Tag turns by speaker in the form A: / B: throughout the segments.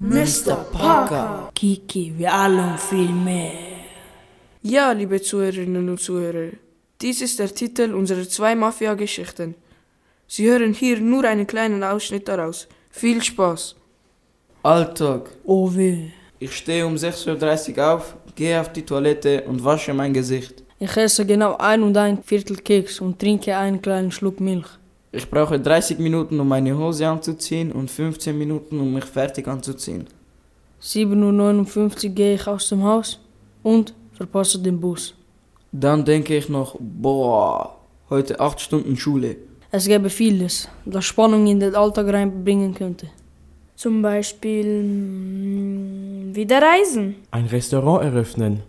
A: Mr. Parker.
B: Kiki, wir alle und viel mehr.
A: Ja, liebe Zuhörerinnen und Zuhörer, dies ist der Titel unserer zwei Mafia-Geschichten. Sie hören hier nur einen kleinen Ausschnitt daraus. Viel Spaß!
C: Alltag.
B: Oh weh.
C: Ich stehe um 6.30 Uhr auf, gehe auf die Toilette und wasche mein Gesicht.
D: Ich esse genau ein und ein Viertel Keks und trinke einen kleinen Schluck Milch.
C: Ich brauche 30 Minuten, um meine Hose anzuziehen und 15 Minuten, um mich fertig anzuziehen.
D: 7.59 Uhr gehe ich aus dem Haus und verpasse den Bus.
C: Dann denke ich noch, boah, heute 8 Stunden Schule.
D: Es gäbe vieles, das Spannung in den Alltag reinbringen könnte.
E: Zum Beispiel mm, wieder reisen.
F: ein Restaurant eröffnen,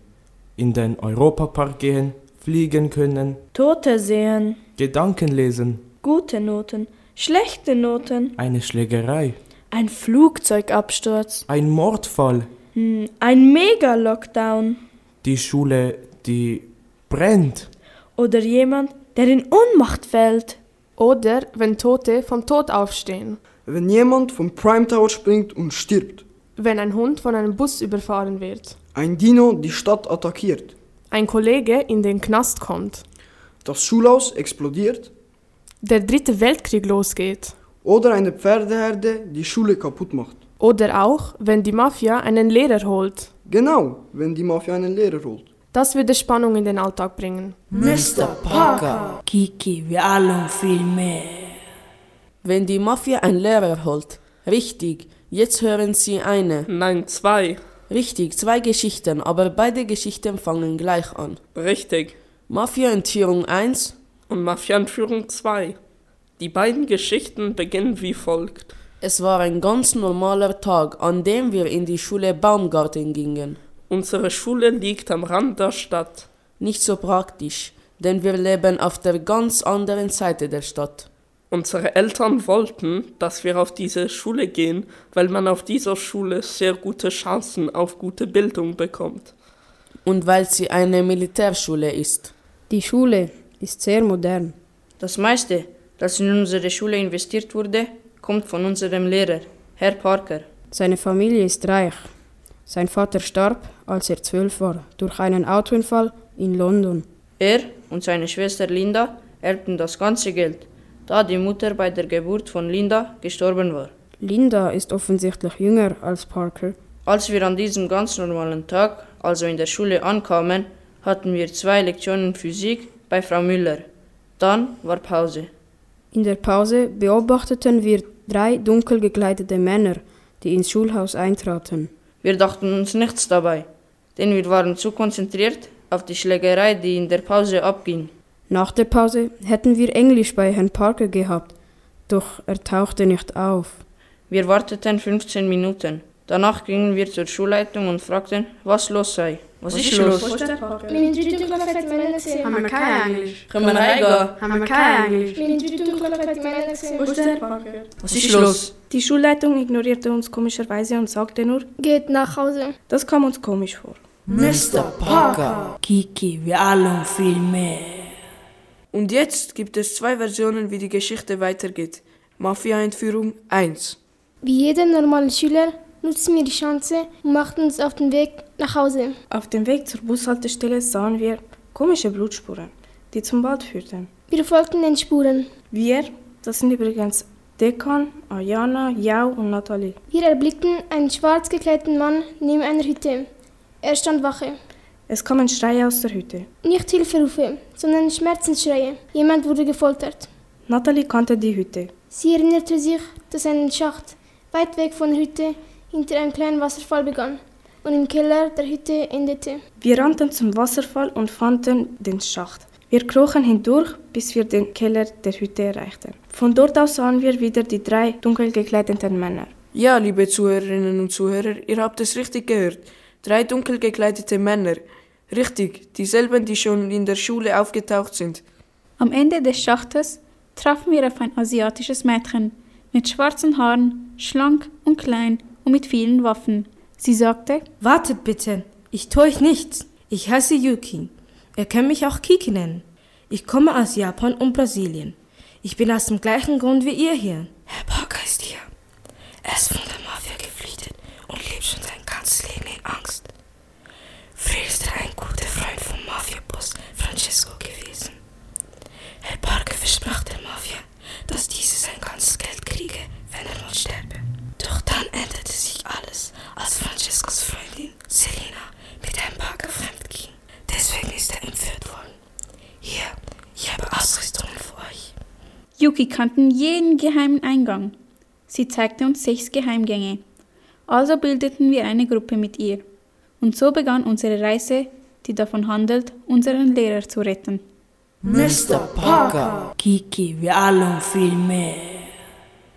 F: in den Europapark gehen, fliegen können,
E: Tote sehen.
F: Gedanken lesen,
E: Gute Noten. Schlechte Noten.
F: eine Schlägerei,
E: Ein Flugzeugabsturz.
F: ein Mordfall,
E: Mm, Ein Mega-Lockdown.
F: die Schule, die brennt,
E: Oder jemand, der in Ohnmacht fällt.
G: Oder wenn Tote vom Tod aufstehen,
H: Wenn jemand vom Prime Tower springt und stirbt,
G: wenn ein Hund von einem Bus überfahren wird,
H: ein Dino die Stadt attackiert,
G: ein Kollege in den Knast kommt,
H: das Schulhaus explodiert
G: der dritte Weltkrieg losgeht.
H: oder eine Pferdeherde die Schule kaputt macht.
G: Oder auch, wenn die Mafia einen Lehrer holt.
H: Genau, wenn die Mafia einen Lehrer holt.
G: Das würde Spannung in den Alltag bringen.
A: Mr. Parker.
B: Kiki, wir alle und viel mehr.
I: Wenn die Mafia einen Lehrer holt. Richtig. Jetzt hören Sie eine.
J: Nein, zwei.
I: Richtig, zwei Geschichten, aber beide Geschichten fangen gleich an.
J: Richtig.
I: Mafia-Entführung 1.
J: Und Mafianführung zwei. Die beiden Geschichten beginnen wie folgt.
I: Es war ein ganz normaler Tag, an dem wir in die Schule Baumgarten gingen.
J: Unsere Schule liegt am Rand der Stadt.
I: Nicht so praktisch, denn wir leben auf der ganz anderen Seite der Stadt.
J: Unsere Eltern wollten, dass wir auf diese Schule gehen, weil man auf dieser Schule sehr gute Chancen auf gute Bildung bekommt.
I: Und weil sie eine Militärschule ist.
K: Die Schule ist sehr modern. Das meiste, das in unsere Schule investiert wurde, kommt von unserem Lehrer, Herr Parker.
D: Seine Familie ist reich. Sein Vater starb, als er zwölf war, durch einen Autounfall in London.
K: Er und seine Schwester Linda erbten das ganze Geld, da die Mutter bei der Geburt von Linda gestorben war.
D: Linda ist offensichtlich jünger als Parker.
K: Als wir an diesem ganz normalen Tag, also in der Schule ankamen, hatten wir zwei Lektionen Physik bei Frau Müller. Dann war Pause.
D: In der Pause beobachteten wir drei dunkel gekleidete Männer, die ins Schulhaus eintraten.
K: Wir dachten uns nichts dabei, denn wir waren zu konzentriert auf die Schlägerei, die in der Pause abging.
D: Nach der Pause hätten wir Englisch bei Herrn Parker gehabt, doch er tauchte nicht auf.
K: Wir warteten 15 Minuten. Danach gingen wir zur Schulleitung und fragten, was los sei. Was, ist, los?
E: Meine Tüte komplett meine Zähne. Haben wir keine Englisch.
I: Kommen rein.
E: Haben wir keine Englisch. Meine Tüte komplett meine Zähne.
K: Was ist los?
E: Die Schulleitung ignorierte uns komischerweise und sagte nur, geht nach Hause. Das kam uns komisch vor.
A: Mr. Parker.
B: Kiki, wir alle und viel mehr.
A: Und jetzt gibt es zwei Versionen, wie die Geschichte weitergeht. Mafia-Entführung 1.
E: Wie jeder normale Schüler nutzten wir die Chance und machten uns auf den Weg nach Hause. Auf dem Weg zur Bushaltestelle sahen wir komische Blutspuren, die zum Wald führten. Wir folgten den Spuren. Wir, das sind übrigens Dekan, Ayana, Yao und Nathalie. Wir erblickten einen schwarz gekleideten Mann neben einer Hütte. Er stand Wache. Es kamen Schreie aus der Hütte. Nicht Hilferufe, sondern Schmerzensschreie. Jemand wurde gefoltert. Nathalie kannte die Hütte. Sie erinnerte sich, dass ein Schacht weit weg von der Hütte hinter einem kleinen Wasserfall begann und im Keller der Hütte endete. Wir rannten zum Wasserfall und fanden den Schacht. Wir krochen hindurch, bis wir den Keller der Hütte erreichten. Von dort aus sahen wir wieder die drei dunkel gekleideten Männer.
A: Ja, liebe Zuhörerinnen und Zuhörer, ihr habt es richtig gehört. Drei dunkel gekleidete Männer. Richtig, dieselben, die schon in der Schule aufgetaucht sind.
E: Am Ende des Schachtes trafen wir auf ein asiatisches Mädchen mit schwarzen Haaren, schlank und klein und mit vielen Waffen. Sie sagte,
D: Wartet bitte, ich tue euch nichts. Ich heiße Yuki. Ihr könnt mich auch Kiki nennen. Ich komme aus Japan und Brasilien. Ich bin aus dem gleichen Grund wie ihr hier. Herr Parker ist hier. Er ist von der Mafia geflüchtet
L: Yuki kannten jeden geheimen Eingang. Sie zeigte uns sechs Geheimgänge. Also bildeten wir eine Gruppe mit ihr. Und so begann unsere Reise, die davon handelt, unseren Lehrer zu retten.
B: Mr. Parker. Kiki, wir alle und viel mehr.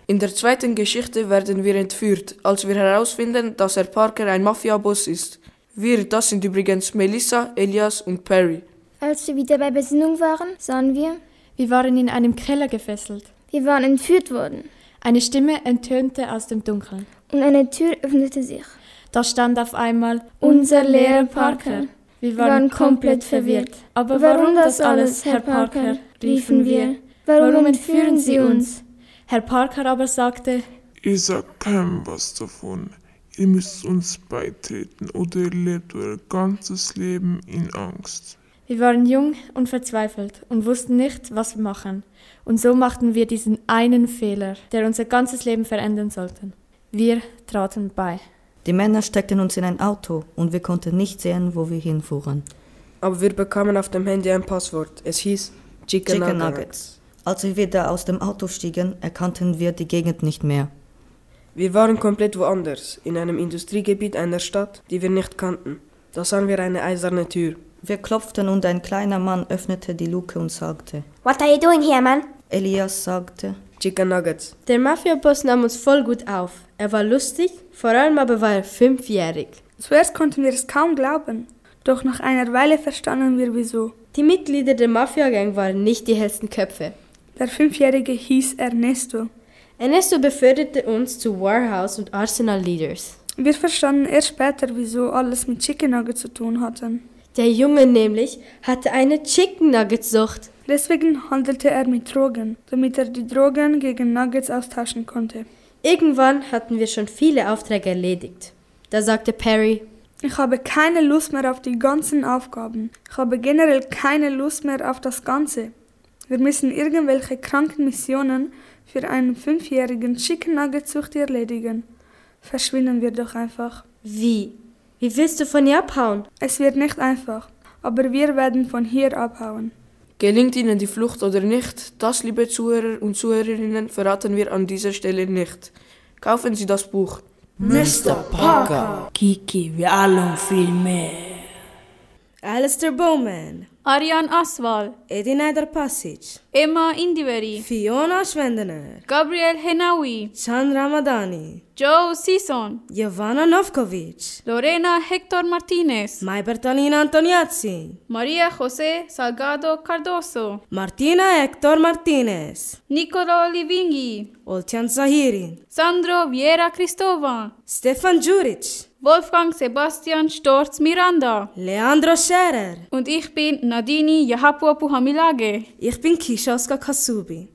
A: In der zweiten Geschichte werden wir entführt, als wir herausfinden, dass Herr Parker ein Mafiaboss ist. Wir, das sind übrigens Melissa, Elias und Perry.
M: Als wir wieder bei Besinnung waren, sahen wir, wir waren in einem Keller gefesselt. Wir waren entführt worden.
N: Eine Stimme enttönte aus dem Dunkeln.
M: Und eine Tür öffnete sich.
N: Da stand auf einmal
M: Unser Lehrer Parker.
N: Wir waren komplett verwirrt. Aber warum das alles, Herr Parker? riefen wir. Warum entführen Sie uns? Herr Parker aber sagte,
O: Ihr sagt keinem was davon. Ihr müsst uns beitreten oder ihr lebt euer ganzes Leben in Angst.
N: Wir waren jung und verzweifelt und wussten nicht, was wir machen. Und so machten wir diesen einen Fehler, der unser ganzes Leben verändern sollte. Wir traten bei.
P: Die Männer steckten uns in ein Auto und wir konnten nicht sehen, wo wir hinfuhren.
Q: Aber wir bekamen auf dem Handy ein Passwort. Es hieß Chicken,
P: Chicken
Q: Nuggets.
P: Nuggets. Als wir wieder aus dem Auto stiegen, erkannten wir die Gegend nicht mehr.
Q: Wir waren komplett woanders, in einem Industriegebiet einer Stadt, die wir nicht kannten. Da sahen wir eine eiserne Tür.
P: Wir klopften und ein kleiner Mann öffnete die Luke und sagte,
R: What are you doing here, man?
P: Elias sagte,
Q: Chicken Nuggets.
S: Der Mafia-Boss nahm uns voll gut auf. Er war lustig, vor allem aber war er fünfjährig.
T: Zuerst konnten wir es kaum glauben, doch nach einer Weile verstanden wir wieso.
S: Die Mitglieder der Mafia-Gang waren nicht die hellsten Köpfe.
T: Der Fünfjährige hieß Ernesto.
S: Ernesto beförderte uns zu Warehouse und Arsenal Leaders.
T: Wir verstanden erst später, wieso alles mit Chicken Nugget zu tun hatten.
S: Der Junge nämlich hatte eine Chicken Nugget-Sucht.
T: Deswegen handelte er mit Drogen, damit er die Drogen gegen Nuggets austauschen konnte.
S: Irgendwann hatten wir schon viele Aufträge erledigt. Da sagte Perry,
T: Ich habe keine Lust mehr auf die ganzen Aufgaben. Ich habe generell keine Lust mehr auf das Ganze. Wir müssen irgendwelche kranken Missionen für einen fünfjährigen Chicken Nugget Zucht erledigen. Verschwinden wir doch einfach.
S: Wie? Wie willst du von ihr abhauen?
T: Es wird nicht einfach, aber wir werden von hier abhauen.
A: Gelingt Ihnen die Flucht oder nicht, das, liebe Zuhörer und Zuhörerinnen, verraten wir an dieser Stelle nicht. Kaufen Sie das Buch.
B: Mr. Parker. Kiki, wir alle um und viel mehr.
L: Alistair Bowman. Ariane Aswal. Edina Passage. Emma Indiveri. Fiona Schwendener. Gabriel Henawi. Chan Ramadani. Joe Sison. Giovanna Novkovic. Lorena Hector Martinez.
I: Maibertalina Antoniazzi,
L: Maria José Salgado Cardoso.
I: Martina Hector Martinez,
L: Nicolo Livinghi.
I: Oltian Zahirin,
L: Sandro Vieira Cristova.
I: Stefan Juric,
L: Wolfgang Sebastian Storz Miranda.
I: Leandro Scherer.
L: Und ich bin Nadini Jahapuapu Hamilage.
I: Ich bin Kisha Oskar Kasubi.